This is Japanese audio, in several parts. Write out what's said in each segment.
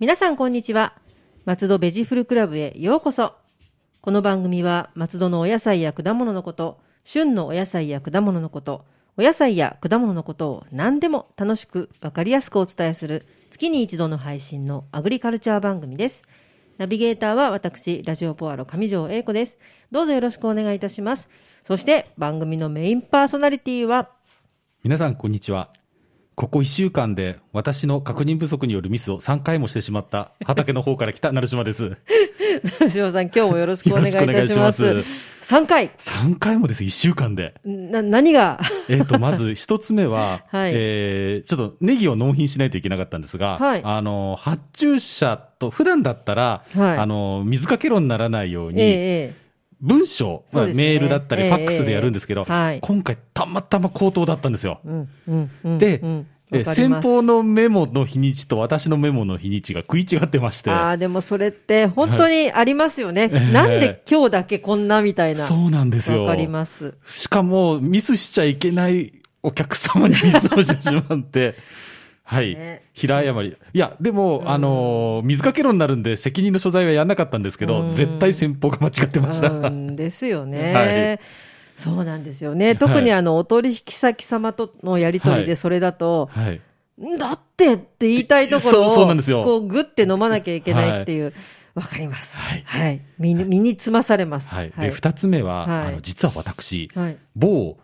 皆さんこんにちは。松戸ベジフルクラブへようこそ。この番組は松戸のお野菜や果物のこと、旬のお野菜や果物のこと、お野菜や果物のことを何でも楽しくわかりやすくお伝えする月に一度の配信のアグリカルチャー番組です。ナビゲーターは私、ラジオポアロ上条英子です。どうぞよろしくお願いいたします。そして番組のメインパーソナリティは 皆さんこんにちはここ1週間で私の確認不足によるミスを3回もしてしまった畑の方から来た成島です成島さん、今日もよろしくお願いいたします。よろしくお願いし3回、 3回もです1週間でな、何が、えっ、とまず1つ目は、はいえーちょっとネギを納品しないといけなかったんですが、はいあの発注者と普段だったら、はいあの水かけ論にならないようええに、え文章、まそうあですねメールだったり、ええファックスでやるんですけど、ええはい今回たまたま口頭だったんですよえうん、うん、うん。で、うんえわかり先ます方のメモの日にちと私のメモの日にちが食い違ってまして、ああ、でもそれって本当にありますよね。はいなんで今日だけこんなみたいな。そうなんですよ。わかります。しかも、ミスしちゃいけないお客様にミスをしてし まって、はい、ね平謝り。いや、でも、あのー水かけ論になるんで、責任の所在はやらなかったんですけうど、ん絶対先方が間違ってました。うんですよね。 はいそうなんですよね。特にあの、お取引先様とのやりとりはでいそれだと、はい。んだってって言いたいところを、そうそうなんですよこう、ぐって飲まなきゃいけないっていう、わ、かります。はいはい。身に、身につまされます。はい。で、二つ目は、はいあの、実は私、はい。某、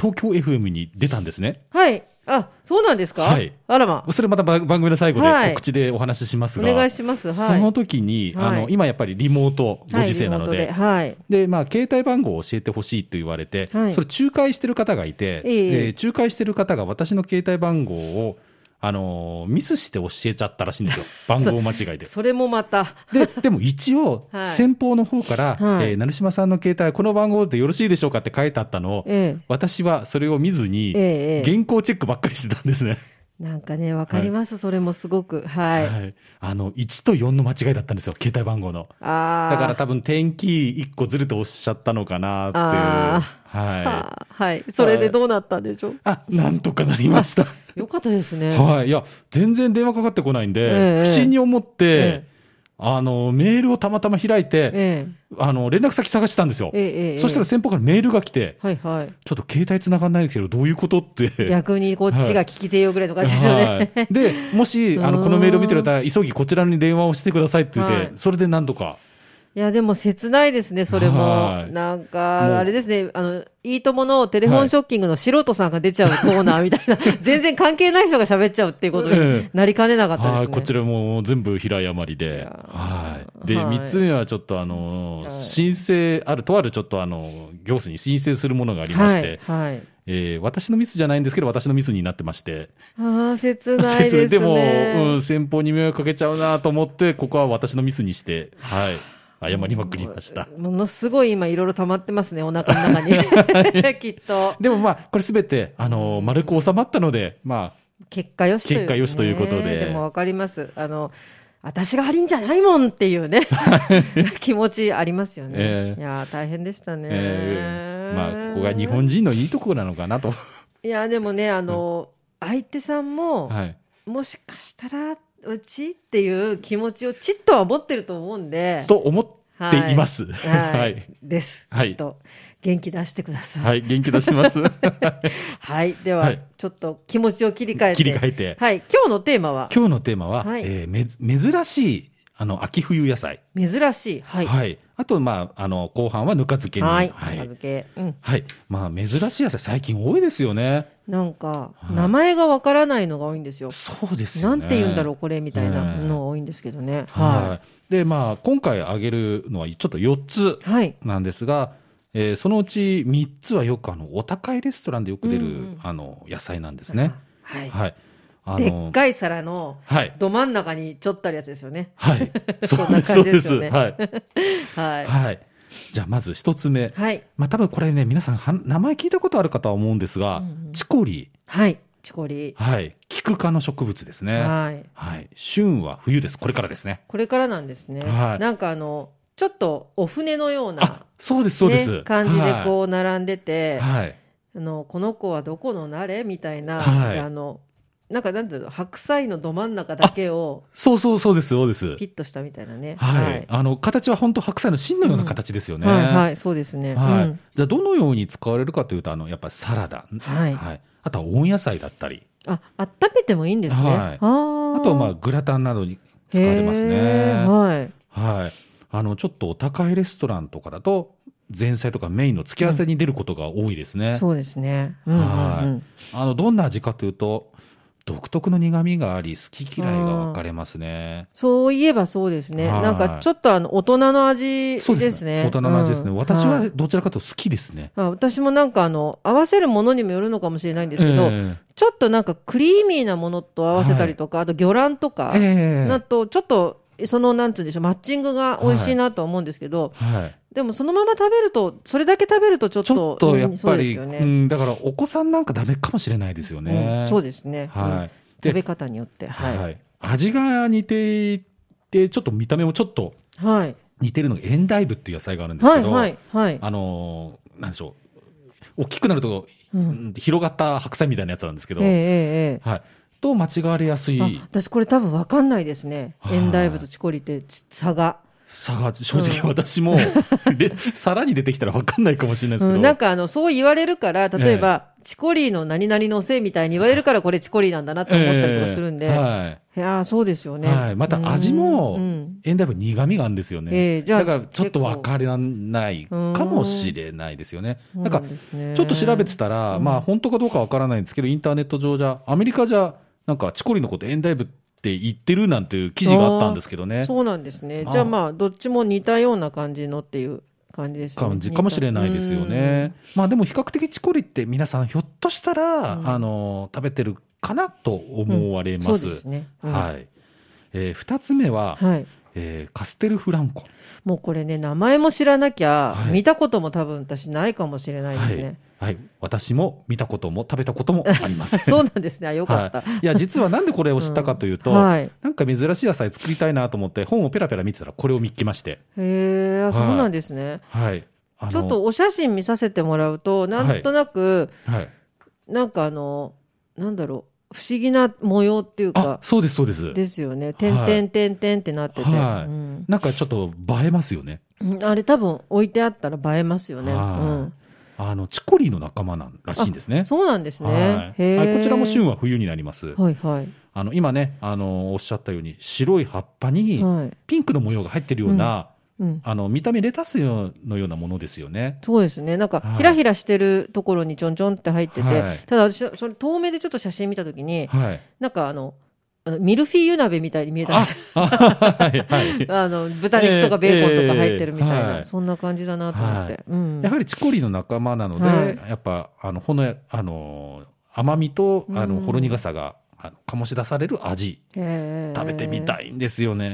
東京 FM に出たんですね。はい。あ、そうなんですかはいあらま。それまた番番組の最後はいで告知でお話ししますおが、願いします。はい。その時に、あはの、い今やっぱりリモートご時世なのはいリでモート、はい。で、まあ、携帯番号を教えてほしいと言われて、はいそれ仲介してる方がいて、ええで仲介してる方が私の携帯番号を、あのーミスして教えちゃったらしいんです よ。番号間違いで。それもまた。で、でも一 応はい、先方の方から、はいえー成島さんの携帯、この番号でよろしいでしょうかって書いてあったのを、え私はそれを見ずに、えええええ原稿チェックばっかりしてたんですね。なんかね、わかります、それもすごく。はい。はい。あの、1と4の間違いだったんですよ、携帯番号の。ああ。だから多分、天気1個ずれておっしゃったのかなっていう。あはい。はあはい。それでどうなったんでしょうあ、なんとかなりました。よかったですね。はい。いや、全然電話かかってこないんで、ええ不審に思って、えあの、メールをたまたま開いて、えあの、連絡先探してたんですよ。えええええそしたら先方からメールが来て、はいはい。ちょっと携帯繋がんないんですけど、どういうことって。逆にこっちが聞き手よぐらいとかですよはね。い、で、もし、あうーんの、このメールを見てる方は、急ぎこちらに電話をしてくださいって言って、はいそれでなんとか。 いや、でも切ないですね、それもは。いなんもうか、あれですね、あの、いいとものテレフォンショッキングの素人さんが出ちゃうコーナーみたいな、全然関係ない人が喋っちゃうっていうことにえなりかねなかったですはね。い、こちらも全部平誤りいでや。はーい。で、はい三つ目はちょっとあのはーい申請、ある、とあるちょっとあの、行政に申請するものがありまはして、い。はい。えー私のミスじゃないんですけど、私のミスになってまして。ああ、切ないですね。 でも、うん、先方に迷惑かけちゃうなと思って、ここは私のミスにして、はい。謝りまくりました。ものすごい今いろいろ溜まってますね、お腹の中に。 きっと。でもまあ、これすべて、あのー丸く収まったので、ま結果よしという、結果よしということででもわかります。あの、私が悪いんじゃないもんっていうね、 気持ちありますよね。ええいやー、大変でしたねあ、。えーまあ、ここが日本人のいいところなのかなと。いや、でもね、あの、相手さんも、はい。もしかしたら、うちっていう気持ちをちっとは持ってると思うんで。と思っています。はい。はい。です。はいきっと、元気出してください。はい、元気出します。はい。では、はいちょっと気持ちを切り替えて。切り替えて。はい。今日のテーマは、今日のテーマは、はいえーめず珍しい、あの、秋冬野菜。珍しい。は。はいい。あと、まあ、あの、後半はぬか漬けに。はい。はい片付け。うん。はい。まあ、珍しい野菜、最近多いですよね。なんか、はい名前がわからないのが多いんですよ。そうですなよね。んて言うんだろう、これ、みたいなねのが多いんですけどね。ははい。で、まあ、今回挙げるのは、ちょっと4つい。はい。なんですが、えーそのうち3つはよく、あの、お高いレストランでよく出る、うんうんあの、野菜なんですね。はい。はい。あでっかい皿の、はい。ど真ん中にちょっとあるやつですよね。 はい。そんな感じですよねはい。はい。はい。じゃあ、まず1つ目。はい。まあ、多分これね、皆さんは、名前聞いたことあるかとは思うんですが、うんうんチコリはい。チコリ。はい。キク科の植物ですね。はい。はい。旬は冬です。これからですね。これからなんですね。はいなんかあの、ちょっとお船のようなあ、、そうです、そうです。ね感じではこう並んでて、いはい。あのこの子はどこの誰みたいな、はいあのなんかなんていうの白菜のど真ん中だけをそうそうそうです、そうです。ピッとしたみたいなね。はい、あの形は本当白菜の芯のような形ですよね。はいはい、そうですね。はいうんじゃあどのように使われるかというとあのやっぱりサラダ、はいあとは温野菜だったり、あ、温めてもいいんですね。はいああとはまああグラタンなどに使われますね。はい。はい、あのちょっとお高いレストランとかだと前菜とかメインの付け合わせに出ることが多いですね。そうですね。うんうんうんあのどんな味かというと独特の苦味があり好き嫌いが分かれますね。そういえばそうですね。はいなんかちょっとあの大人の味そうでですすね。ね。大人の味ですね。うん私ははいどちらかというと好きですね。あ私もなんかあの合わせるものにもよるのかもしれないんですけど、ええちょっとなんかクリーミーなものと合わせたりとか、あと魚卵とか、ええなとちょっとそのなんつうんでしょうマッチングが美味しいなとは思うんですけど、はい、でもそのまま食べるとそれだけ食べるとちょっちょとっとやっうんそぱうですり、よね。うん、だからお子さんなんかダメかもしれないですよね。うんそうでですね、うんはい。で食べ方によってはいははい、い味が似ていて、ちょっと見た目もちょっとはい、似てるのが、エンダイブっていう野菜があるんですはけいど、はいはいあのーなんでしょう、大きくなると、ううんん広がった白菜みたいなやつなんですけど、えええええはい、と間違われやすえいあ私これ多分わかんないですねはいエンダイブとチコリってち差が、差が、正直うん私も、 でさらに出てきたら分かんないかもしれないですけうど、ん、なんかあのそう言われるから例えば、チコリーの何々のせいみたいに言われるからこれチコリーなんだなと思ったりとかするんで、ええはいいやーそうですよね、はいまた味もうんうんエンダイブ苦味があるんですよね。ええじゃあだからちょっと分からないかもしれないですよね。なんかちょっと調べてたら、うんまあ本当かどうか分からないんですけど、インターネット上じゃ、アメリカじゃ、なんかチコリのことエンダイブって言ってるなんていう記事があったんですけどね。そうなんですねまあじゃあまあどっちも似たような感じのっていう感じですね感じかもしれないですよね。まあでも比較的チコリって皆さんひょっとしたら、うんあの、食べてるかなと思われ似たまそうですす。ね、うんはい。えー二つ目は、はいえーカステルフランコ。もうこれね名前も知らなきゃ、はい見たことも多分私ないかもしれないですね、はい、私も見たことも食べたこともありません。 そうなんですねあよかった、はい、いや実はなんでこれを知ったかというと、はいなんか珍しい野菜作りたいなと思って本をペラペラ見てたらこれを見っけまして、へえ、あそうなんですね。はい、あのちょっとお写真見させてもらうと、なんとなく、はい、なんかあの、なんだろう、不思議な模様っていうあか、そうですそうですですよね。点々点々ってなってて、はいうんなんかちょっと映えますよねうんあれ多分置いてあったら映えますよね。うはいん、あのチコリーの仲間なんらしいんですねそうなんですね。はいへはい、え。こちらも旬は冬になりますはいはいあの今ねあのおっしゃったように白い葉っぱにはい。ピンクの模様が入ってるような、うん。あの見た目レタスのようなものですよねそうですね。なんかはい、ひらひらしてるところにちょんちょんって入ってて、はいただ私、それ遠目でちょっと写真見たときに、 はいなんかあの、あのミルフィーユ鍋みたいに見えたんですよあはい はいあの豚肉とかベーコンとか入ってるみたいええな、はいそんな感じだなと思って、はうん、やはりチコリの仲間なので、はいやっぱあのほのあの甘みとあのうんほろ苦さが、あの醸し出される味へえ食べてみたいんですよへね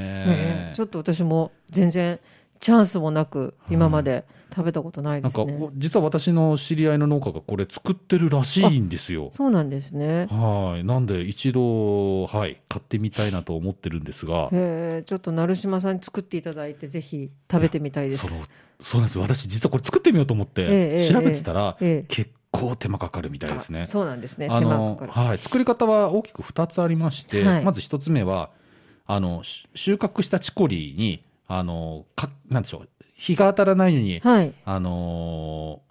え。ちょっと私も全然チャンスもなく今まで食べたことないでなんすかね、お実は私の知り合いの農家がこれ作ってるらしいんですよ。そうなんですねはいなんで一度はい買ってみたいなと思ってるんですが。へえちょっと成島さんに作っていただいてぜひ食べてみたいですそのそうなんです私実はこれ作ってみようと思っえええてえ調べてたら、え結構手間かかるみたえいですねあ。そうなんですねあ手間のかかはい、作り方は大きく2つありまして、はいまず1つ目はあのし収穫したチコリーにあのかなんでしょう日が当たらないように、るはいあの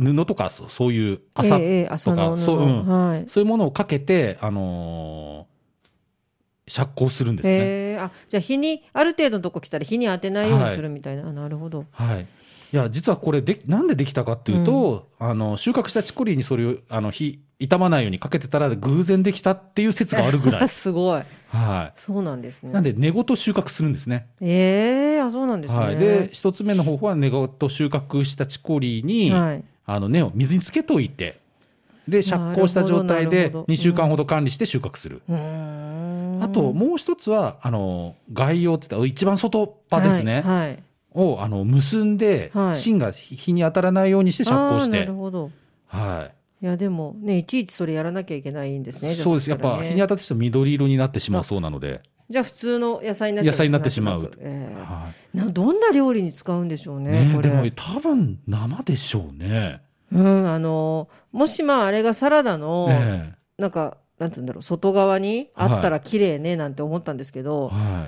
ー布とかそうそういえう麻、えええ朝の布そううんはいそういうものをかけて、あのー釈放するんですね。へえあじゃあ日にある程度のとこ来たら日に当てないようはにいするみたいな、あなるほどはいいや実はこれでなんでできたかっていうと、あの収穫したチコリーにそれをあの火傷まないようにかけてたら偶然できたっていう説があるぐら い、すごいはそうなんですい、ねなんで根ごと収穫するんですね。ええあ、そうなんですね。はい、で、一つ目の方法は根ごと収穫したチコリーに、はいあの根を水につけといてなるほどで釈放した状な態るでほど2週間ほど管理して収穫する、うーんあともう一つはあの外葉って言ったら一番外葉ですはね、い。はいをあの結んで、はい芯が日に当たらないようにして釈放しあーなてる、ほど。はいいや、でも、ね、いちいちそれやらなきゃいけないんですね。じゃあそうですやしったらぱね日に当たってしまうと緑色になってしまうそうなので、じゃあ、普通の野菜になっ野菜になってしまうなんとなくえはえなどんな料理に使うんでしょういね、ねこでれ。も多分生でしょうねうん、あのーもしまああれがサラダの、えなんか、なんて言うんだろう、外側にあったら綺麗ねなんて思ったんですけえど、、は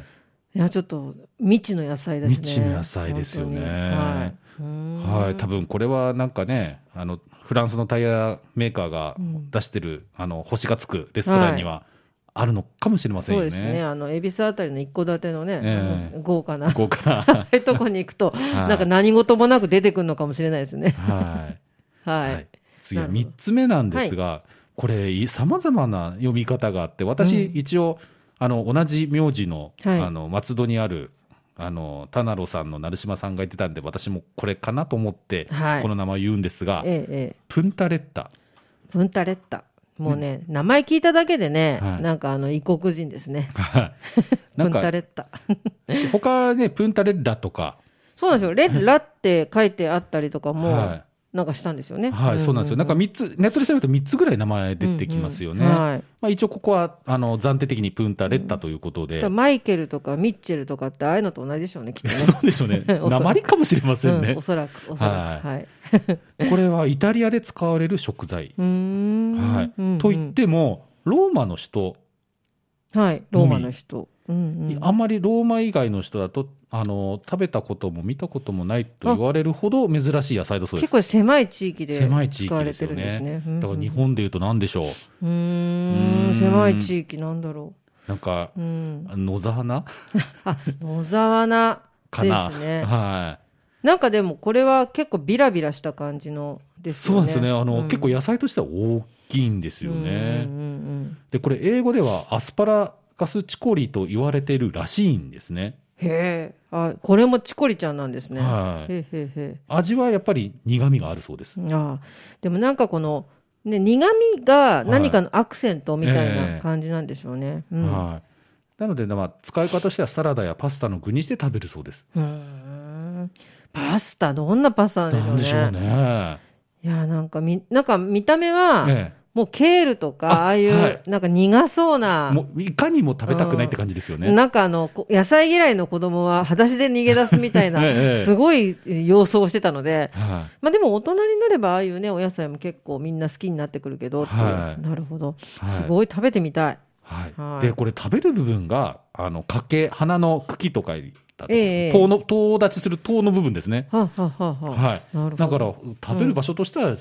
いや、ちょっと未知の野菜ですね。未知の野菜ですよね本当にい、はい。はい、多分。分これはなんかねあのフランスのタイヤメーカーがうん出してる、あの星がつくレストランにはあるのかもしれませんそうよね。ですね。あの、恵比寿あたりの一戸建てのね、ええ豪華な、ここ から、とこに行くと、はいなんか何事もなく出てくるのかもしれないですね。はいはい。はい、次はなるほど3つ目なんですが、これさまざまな読み方があって私うん一応、あの同じ名字の,、はいあの松戸にあるあの田名郎さんの成島さんが言ってたんで私もこれかなと思って、はいこの名前を言うんですが、ええ、ええ。プンタレッ タプンタレッタ。もうね、名前聞いただけでね、はいなんかあの、異国人ですね。プなンんタかレッタ。他ねプンタレッラとかそうなんですよ。レッラって書いてあったりとかも、はなんかしたんですよね。い、はいそうなんですよなんか三つネットで調べると3つぐらい名前出てきますよね、うんうんはいまあ、一応ここはあの暫定的にプンタレッタということで、だからマイケルとかミッチェルとかってああいうのと同じでしょうね、きっとね。 そうでしょうね。 おそらく鉛かもしれませんうねんお。そらく、おそらく。ははい。う これはイタリアで使われる食材。ーん。はいうんうん。と言っ、ても、ローマの人、はい、ローマの人。うんうんあんまりローマ以外の人だと、あの、食べたことも見たこともないと言われるほど珍しい野菜だそう結です。構狭い地域で狭い地使域わでれすてよるんですねね。。だから日本で言うと何でしょうう。んううん。うーーんん、狭い地域なんだろなんか、う。うん。野沢菜あ、野沢菜かな。ですね。はなんかでもこれは結構ビラビラした感じのい。ですそうよなんね。ですね。あの、うん結構野菜としては大きいんですよねうん。うんうんで、これ英語ではアスパラガスチコリーと言われているらしいんですね。へえ。あ、これもチコリちゃんなんですね。はい。へえへえへ味はやっぱり苦味があるそうです。え。ああでもなんかこの、ね、苦味が何かのアクセントみたいな感じなんでしょうね。うんはい。なので、まあ、使い方としてはサラダやパスタの具にして食べるそうです。うーん。パスタ、どんなパスタななんんででししょょううね。ね。いや、なんかみ、なんか見た目は、えもうケールとあか、ああいう、はいなんか苦そうえな、もういかにも食べたくないって感じですよね。なんかあの、こ野菜嫌いの子供は裸足で逃げ出すみたいな、 ええすごい様相をしてたので、はまあでも大人になればああいうね、お野菜も結構みんな好きになってくるけどっていう、はいなるほどは。いすごい食べてみたい。い。は。はいいで、これ食べる部分が、あの、竹、花の茎とかだと、ええ塔の、塔立ちする塔の部分ですね。はあ、はあはあはあはい。なるだほかど。ら、食べる場所としては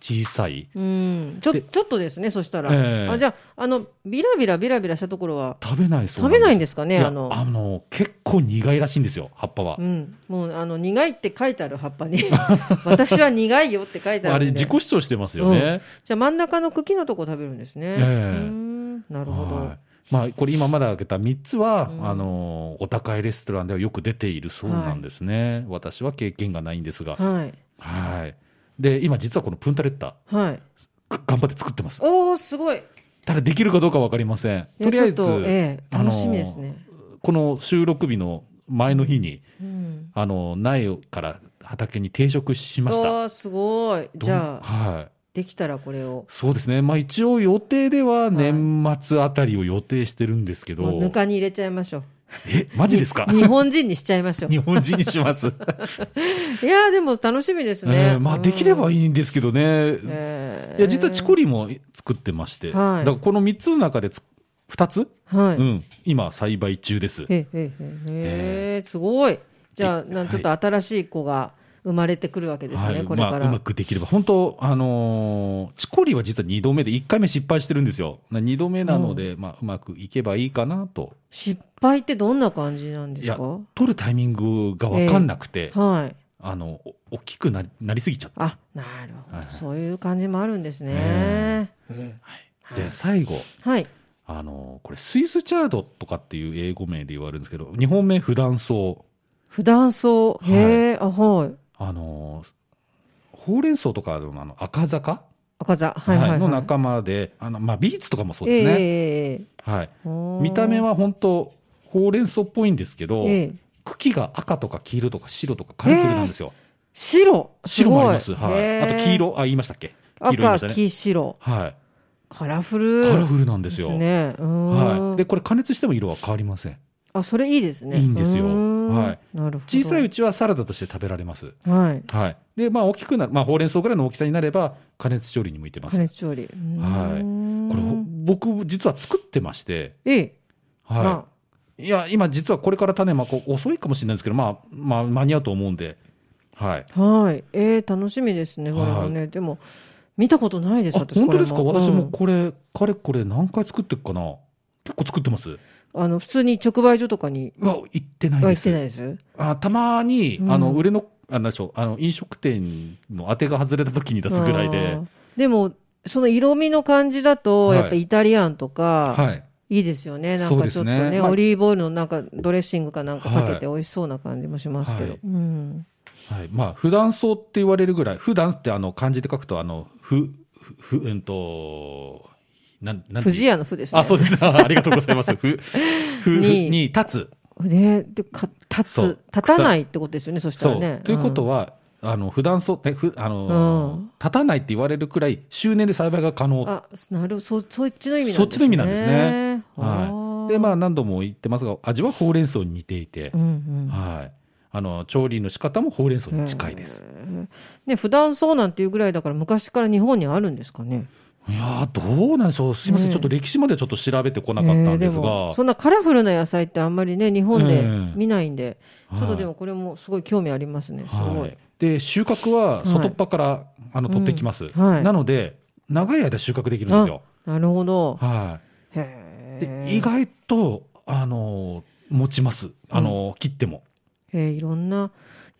小さい。うん。ちょ、でちょっとですね、そしたら。ええあじゃあ、あの、ビラビラビラビラしたところは、食べないそう食べないんでですかすね、いやあの。あの、結構苦いらしいんですよ、葉っぱはう。ん、もうあの苦いって書いてある葉っぱに 私は苦いよって書いてああるれ、んで自己主張してますよね。うんじゃあ真ん中の茎のとこ食べるんですね、ええうーんなるほど、はいまあ、これ今まで挙げた3つは、うんあのお高いレストランではよく出ているそうなんですね、私は経験がないんですが、はい。はい、で今実はこのプンタレッタはい。く頑張って作ってますおー、すごい。ただできるかどうか分かりませんいとやりあえずちょっとええあの楽しみですね。この収録日の前の日に、うん。あの苗から畑に定食しあましたー、すごい。どんじゃあ、はい、できたらこれを。そうですね、まあ、一応予定では年末あたりを予定してるんですけど、もうぬかに入れちゃいましょう。えマジですか日本人にしちゃいましょう。 日本人にしますいやー、でも楽しみですえね。ーまあできればい。いいんですけどね、えーいや実はチコリも作ってまして、はいだからこの3つの中でつ2つ、はい。うん、今栽培中ですへえへえへえへーすごい。じゃあ、でなんちょっと新しい子が生まれてくるわけですね、はいこれかまあ、うまら。くできれば本当あのーチコリは実は2度目で1回目失敗してるんですよ2度目なので、まあ、うまくいけばいいかなと失敗ってどんな感じなんでいすやか取るタイミングが分かんなくて、はい。あのお大きくななりすぎちゃった、あ、なるほど、はいそういう感じもあるんですね。えはいで最後はい。あのーこれスイスチャードとかっていう英語名で言われるんですけど日本名普段草普段草。いへえ、あ、はい。あのーほうれん草とかのあの赤坂、赤座。はいはい、はい。の仲間であの、まあ、ビーツとかもそうえですえね、えええはい、えおー見た目は本当ほうれん草っぽいんですけど、ええ茎が赤とか黄色とか白とかカラフルなんですよ、白。白もありますごはい、へあえと黄色あ言いましたっけ黄色言いまし赤、たね黄、白。はい、カラフル。カラフルなんでですよね。うーんはい、でこれ加熱しても色は変わりませんあ、それいいですね。いいんですようーんんはいなるほど小さいうちはサラダとして食べられます。はいはい。で、まあ大きくなる、まあほうれん草ぐらいの大きさになれば加熱調理に向いてます。加熱調理はいうーんこれほ僕実は作ってまして、ええはい。まいや、今実はこれから種まこう遅いかもしれないですけど、まあ、まあ間に合うと思うんで、はい。あはいええ楽しみですねこれはねでも見たことないですあ私本こ当れですか私もうんこれ、かれこれ何回作ってるかな結構作ってますあの普通に直売所とかにうわ、行ってないは行でっす。てないですあたまに、うんあの、売れの、あなんでしょう、あの、飲食店の当てが外れた時に出すぐらいであー、でもその色味の感じだとはいやっぱイタリアンとかはい。いいですよねなんかちょっとそうですねねまあオリーブオイルのなんかドレッシングかなんかかけて美味しそうな感じもしますけどはいうんはい。まあ、普段草って言われるぐらい、普段ってあの、漢字で書くと、あの、ふ、ふ、ふうんと、なん、なんて不二家の不ですねあ、そうです。あありがとうございます。ふ、ふ、ふにに立つ。ねでかそ立つう立たないってことですよねそしたそらう。ねということはは、あの、普段草って、ふ、あのーうん立たないって言われるくらい、周年で栽培が可能。あなるそそっちの意味なんですねそっちの意味なんですね。あはーい。で、まあ、何度も言ってますが、味はほうれん草に似ていてう、んうんはい。あの、調理の仕方もほうれん草に近いです。へーね普段そうなんていうぐらいだから昔から日本にあるんですかねいやー、どうなんでしょう。すいません。ねちょっと歴史までちょっと調べてこなかったんですえーがも。そんなカラフルな野菜ってあんまりね日本でええ見ないんで、はいちょっとでもこれもすごい興味ありますねすごい、はい、で収穫は外っ端から、あの取ってきます、うんはいなので長い間収穫できるんですよ、なるほどはへい、えで意外とあの持ちますあの、切ってもへえいろんな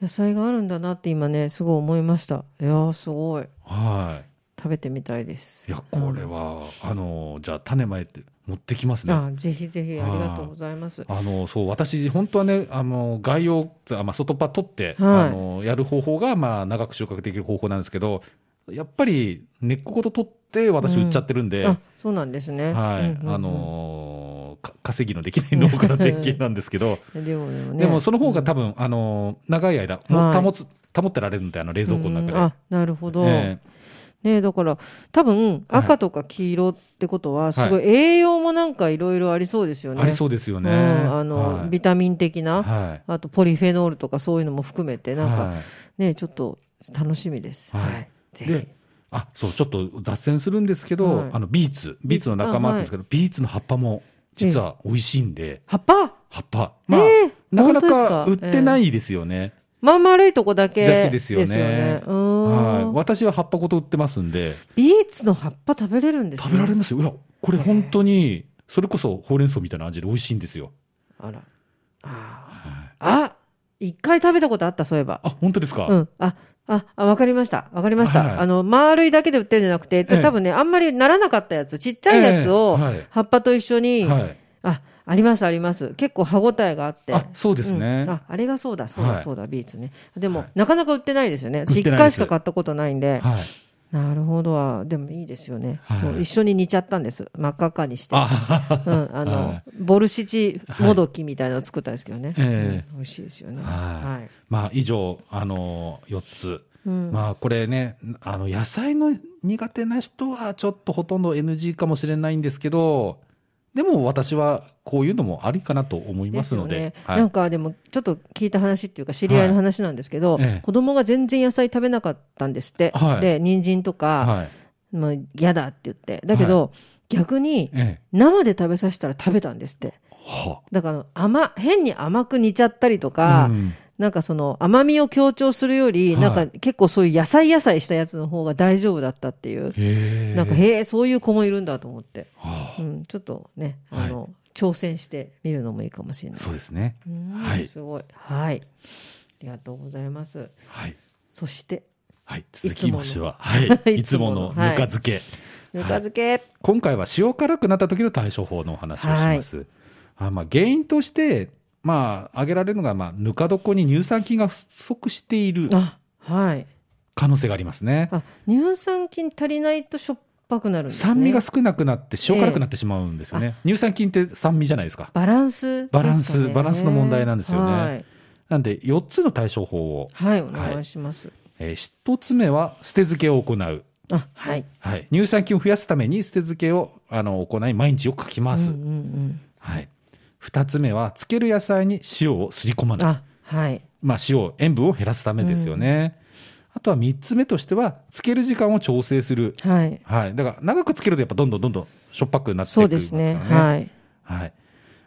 野菜があるんだなって今ねすごい思いましたいやーすごいは食べてみたいですいいやこれは、あのじゃあ種まいて持ってきますねあぜひぜひありがとうございます。あのそう私、本当はね、あの概要、あまあ、外っ端取って、はいあのやる方法が、まあ、長く収穫できる方法なんですけど、やっぱり根っこごと取って、私、売っちゃってるんで、あそうなんですね。はい、うんうんうんあのーか稼ぎのできない農家の典型なんですけど、でもでもねでもその方が多分、あのー長い間、はい保つ保ってられるんであの冷蔵庫のうん中あなるほで、ど。えねだから多分はい赤とか黄色ってことはすごい栄養もなんかいろいろありそうですよえね。ありそうですよね。うんあの、はいビタミン的な、はいあとポリフェノールとかそういうのも含めてなんか、はいねちょっと楽しみです。は。はいいぜでひ。あそうちょっと脱線するんですけど、はいあのビーツビーツの仲間なんですけど、ビーツの葉っぱも実は美味しいんで、葉っぱ葉っぱまあ、ええなかな本か売当っですかてないですよね。まん丸いとこだけだけですよねうーんはい、私は葉っぱごと売ってますんで。ビーツの葉っぱ食べれるんですね食べられますよ。いや、これ本当に、それこそほうれん草みたいな味で美味しいんですよ。あら。ああ、ーあ一回食べたことあった、そういえば。本当ですか、うん。あ、あ、あわかりました。わかりました。はいあの、丸いだけで売ってるんじゃなくて、たええ多分ね、あんまりならなかったやつ、ちっちゃいやつを、ええはい葉っぱと一緒に、はい。あ、あります、あります。結構歯ごたえがあって。あ、そうですね。うんあ、あれがそうだ、そうだ、はいそうだ、ビーツね。でも、はいなかなか売ってないですよね。私売っ一てないで回すしか買ったことないんで。はい。なるほどあでもいいですよね、はいそう。一緒に煮ちゃったんです。真っ赤っかにして。あ、うん、あの、 はいボルシチもどきみたいなの作ったんですけどね、はいえうん美味しいですよね。はいはいまあ、以上、あのー、4つ。うんまあ、これね、あの、野菜の苦手な人は、ちょっとほとんど NG かもしれないんですけど、でも私は、こういうのもありかなと思いますので。すよねはいなんかでもちょっと聞いた話っていうか知り合いの話なんですけど、はいええ子供が全然野菜食べなかったんですって、はいで人参とか、はい。もう嫌だって言ってだけど、逆にええ。生で食べさせたら食べたんですってはだから甘変に甘く煮ちゃったりとか、うんなんかその甘みを強調するより、はいなんか結構そういう野菜野菜したやつの方が大丈夫だったっていうへえ。なんか、へえ、そういう子もいるんだと思って、はうあ、ん、ちょっとね、はいあの、挑戦してみるのもいいかもしれない。そうですね。うんはいすごい。はい。ありがとうございます。はい。そして、はい、いつもの続きましては、は い、いいつつももののぬか漬け、ぬか漬け。今回は塩辛くなった時の対処法のお話をします。あまあ、原因として、まあ、挙げられるのが、まあ、ぬか床に乳酸菌が不足しているあ、はい。可能性がありますね。あ、乳酸菌足りないとしょっぱくなるんですね。酸味が少なくなって塩辛くなってしまうんですよね。乳酸菌って酸味じゃないですか。バランスですかね、バランスバランスの問題なんですよねはい。なんで、4つの対処法を、はい、お願いします。えー、1つ目は、捨て漬けを行う。あ、はい。はい、乳酸菌を増やすために捨て漬けをあの行い毎日よくかきます、うんうんうんはい、二つ目は、漬ける野菜に塩をすり込まない。あ、はい。まあ、塩、塩分を減らすためですよね。あとは三つ目としては、漬ける時間を調整する。はい。はい。だから、長く漬けるとやっぱどんどんどんどんしょっぱくなってくそうるんでですすからね。ね。はい。はい。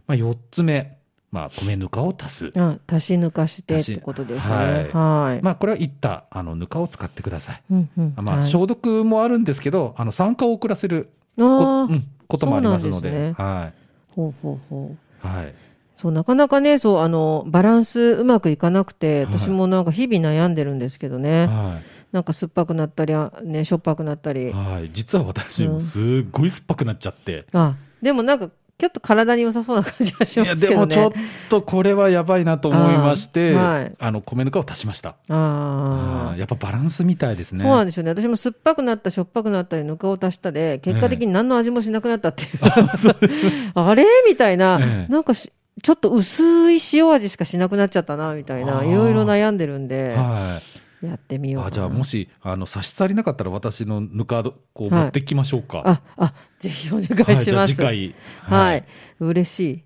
まあ、四つ目。まあ、米ぬかを足す。あ、足し抜かしてってことですね。足しはい。まあ、これは言った、あの、ぬかを使ってください。うんうんまあ、はい消毒もあるんですけど、あの、酸化を遅らせるこ,、あうーん、こともありますのそうで。なんですねはほうほうほう。い。はい。そう、なかなかね、そう、あの、バランスうまくいかなくて、はい私もなんか日々悩んでるんですけどね。はい。なんか酸っぱくなったり、あね、しょっぱくなったり。はい、実は私もすっごい酸っぱくなっちゃって、あ、でもなんか、ちょっと体に良さそうな感じがしいまやすけでどもね。ちょっとこれはやばいなと思いまして、ああ,、ーはいの米ぬかを足しましたあああー。やっぱバランスみたいですねそうなんですよね。私も酸っぱくなった、しょっぱくなったり、ぬかを足したで、結果的に何の味もしなくなったっていう。 あれみたいな、ええなんかし、ちょっと薄い塩味しかしなくなっちゃったな、みたいあな、ーいろいろ悩んでるんで、はやってみい、ようかな。あじゃあもしあの差し障りなかったら私のぬかどこうはい持ってきましょうか、あ、あ、ぜひお願いしはいます。じゃあ次回、はいい、嬉しい。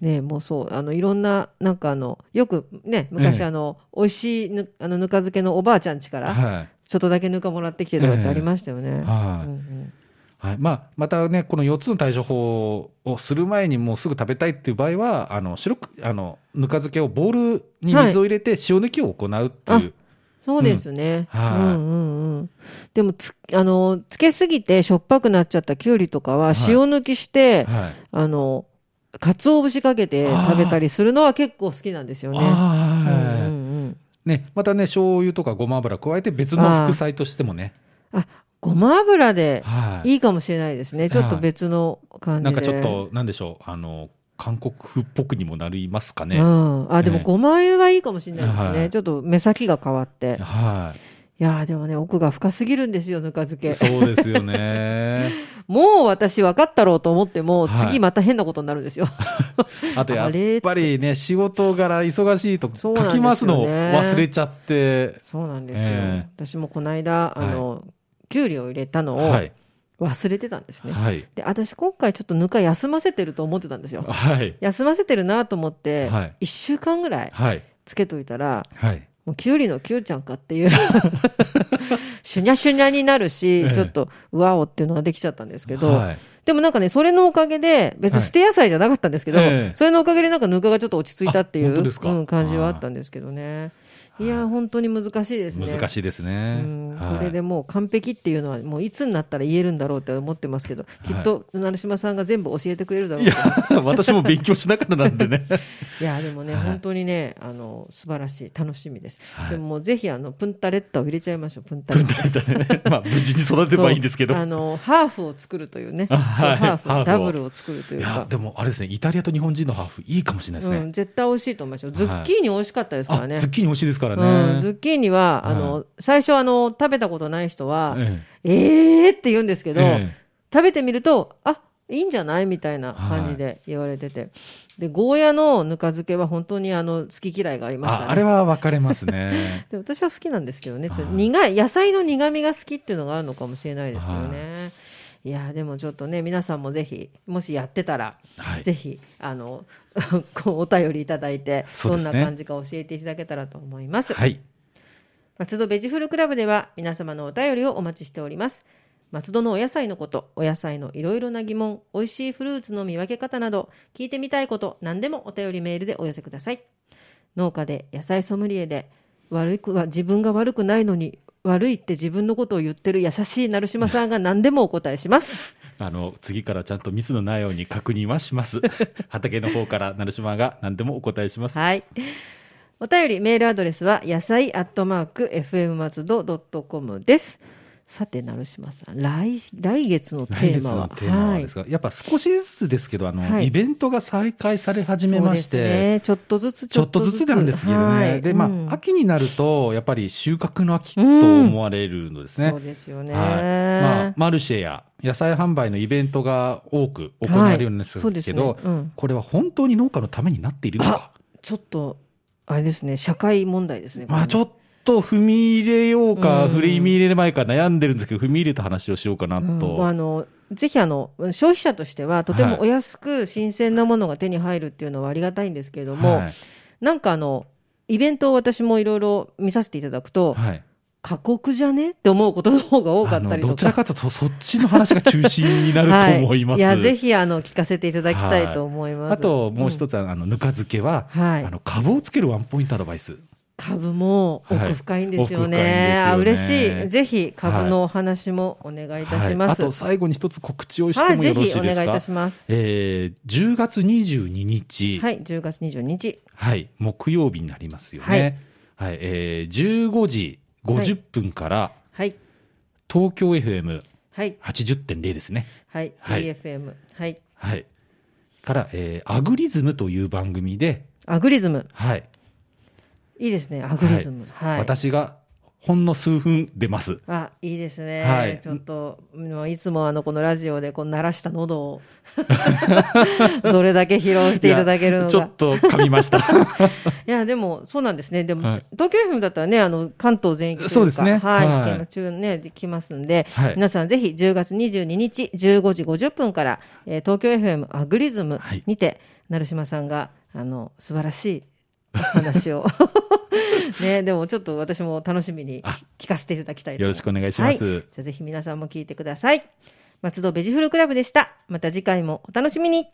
ね、もうそう、あの、いろんな、なんかあの、よくね、昔ええあの、美味しいぬ、あの、ぬか漬けのおばあちゃん家から、はいちょっとだけぬかもらってきてとかってありましたよね。はいうんうんはいまあ、またね、この4つの対処法をする前にもうすぐ食べたいっていう場合は、あの白くあのぬか漬けをボウルに水を入れて塩抜きを行うっていう、そうですね。ううんはいんうんうん。でもつ、あの、つけすぎてしょっぱくなっちゃったきゅうりとかは、はい塩抜きして、はいあの、鰹節かけて食べたりするのは結構好きなんですよね。うんうああ、んうん。ね、またね、醤油とかごま油加えて別の副菜としてもね。あ、ごま油ではい。いいかもしれないですね。ちょっと別の感じで。なんかちょっと、なんでしょう、あの、韓国風っぽくにもなりますかね。うはん。あ、でもね5万円はいいかもしれないですね。はいちょっと目先が変わって。い。いやーでもね、奥が深すぎるんですよ、ぬか漬け。そうですよね。 もう私分かったろうと思っても、はい次また変なことになるん ですよ。あとやあっれぱりね、仕事柄忙しいとそう書なんですよねきますのを忘れちゃって。そうなんですよ。え私もこの間、あの、きゅうりを入れたのはをい。忘れてたんですね。はい。で、私今回ちょっとぬか休ませてると思ってたんですよ。はい。休ませてるなと思って、はい1週間ぐらいはい。つけといたら、はい。もうきゅうりのきゅうちゃんかって いうシュニャシュニャになるし、ええちょっとうわおっていうのができちゃったんですけど、はい。でもなんかねそれのおかげで別に捨て野菜じゃなかったんですけど、はいええそれのおかげでなんかぬかがちょっと落ち着いたっていあ本う、当ですかうん、感じはあったんですけどねいやー本当に難しいですね難しいですうねん。はいこれでもう完璧っていうのはもういつになったら言えるんだろうって思ってますけど、きっと成島さんが全部教えてくれるだろういとや、 私も勉強しなかったなんでね。いやでもね、はい本当にねあの素晴らしい楽しみです、はいでももうぜひあのプンタレッタを入れちゃいましょうプンタレッタ まあ、無事に育てばいいんですけど。そうあのハーフを作るというね、あはいそうハーフハーフをダブルを作るといいうやかでもあれですねイタリアと日本人のハーフいいかもしれないですね、うん、絶対美味しいと思いますよズッキーニ美味しかったですからね、あズッキーニ美味しいですからね、うん、ズッキーニはあの、は最初あの食べたことない人は、ええーって言うんですけえど、え食べてみるとあいいんじゃないみたいな感じで言われてて、でゴーヤのぬか漬けは本当にあの好き嫌いがありえましたねああれは分かれますね で私は好きなんですけどね、それはい苦い野菜の苦みが好きっていうのがあるのかもしれないですけどね。いやーでもちょっとね皆さんもぜひもしやってたら、はいぜひあの こうお便りいただいて、そうどんですなね感じか教えていただけたらと思います。はい松戸ベジフルクラブでは皆様のお便りをお待ちしております。松戸のお野菜のこと、お野菜のいろいろな疑問、美味しいフルーツの見分け方など、聞いてみたいこと、何でもお便りメールでお寄せください。農家で野菜ソムリエで、悪くは自分が悪くないのに、悪いって自分のことを言ってる優しい成島さんが何でもお答えします。あの次からちゃんとミスのないように確認はします 畑の方から成島が何でもお答えしますはい。お便り、メールアドレスは、野菜アットマーク、FM 松戸 .com です。さて、成島さん、来、来月のテ来ー月マはのテーマはですが、やっぱ少しずつですけどあの、はいイベントが再開され始めましそうですて、ね、ちょっとずつちょっとずつなんですけどね、はいでまあ、うん秋になるとやっぱり収穫の秋と思われるのですね、そうですよね、はいまあ、マルシェや野菜販売のイベントが多く行われるんですはいそうですけねど、うんこれは本当に農家のためになっているのか、ちょっとあれですね社会問題ですねまあ、ちょっっと踏み入れようか、うん踏み入れる前か悩んでるんですけど、踏み入れた話をしようかなと。うんあのぜひあの消費者としてはとてもはおい安く新鮮なものが手に入るっていうのはありがたいんですけれども、はいなんかあのイベントを私もいろいろ見させていただくと、はい、過酷じゃねって思うことの方が多かったありとのどちらか。かというと、そっちの話が中心になると思います。はい、いやぜひあの聞かせていただきたいと思います。あともう一つは、あのぬか漬けは、はいあの株をつけるワンポイントアドバイス。株も奥深いんですよね。はい奥深いんですよねあ嬉しい。ぜひ株のお話もお願いいたしはいまあす。はとい、最後に一つ告知をしてもぜよろしひいおで願すいいかた。します。えー、10月22日、ははいい、10月22日。木曜日になりますよはいね、はいえー、15時50分からはい、東京 FM80.0、はい、ですね、はい、はい TFM。はい、はい、から、えーアグリズム」という番組で、アグリズム。はいいいですね、アグリズム。はい。私がほんの数分出ます。あ、いいですね。はいちょっと、まあいつもあの、このラジオで、この鳴らした喉を、どれだけ披露していただけるのいやか。ちょっと噛みま した。いや、でも、そうなんですね。でも、はい東京 FM だったらね、あの、関東全域というかそうですねはい。はい危険中ね、できますんで、はい皆さんぜひ10月22日15時50分から、えー東京 FM アグリズムはいにて、成島さんが、あの、素晴らしいお話 を。ね、でもちょっと私も楽しみにあ聞かせていただきたいと思いますよろしくお願いしますはい、じゃあぜひ皆さんも聞いてください。松戸ベジフルクラブでした。また次回もお楽しみに。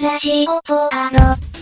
ラジオポアド。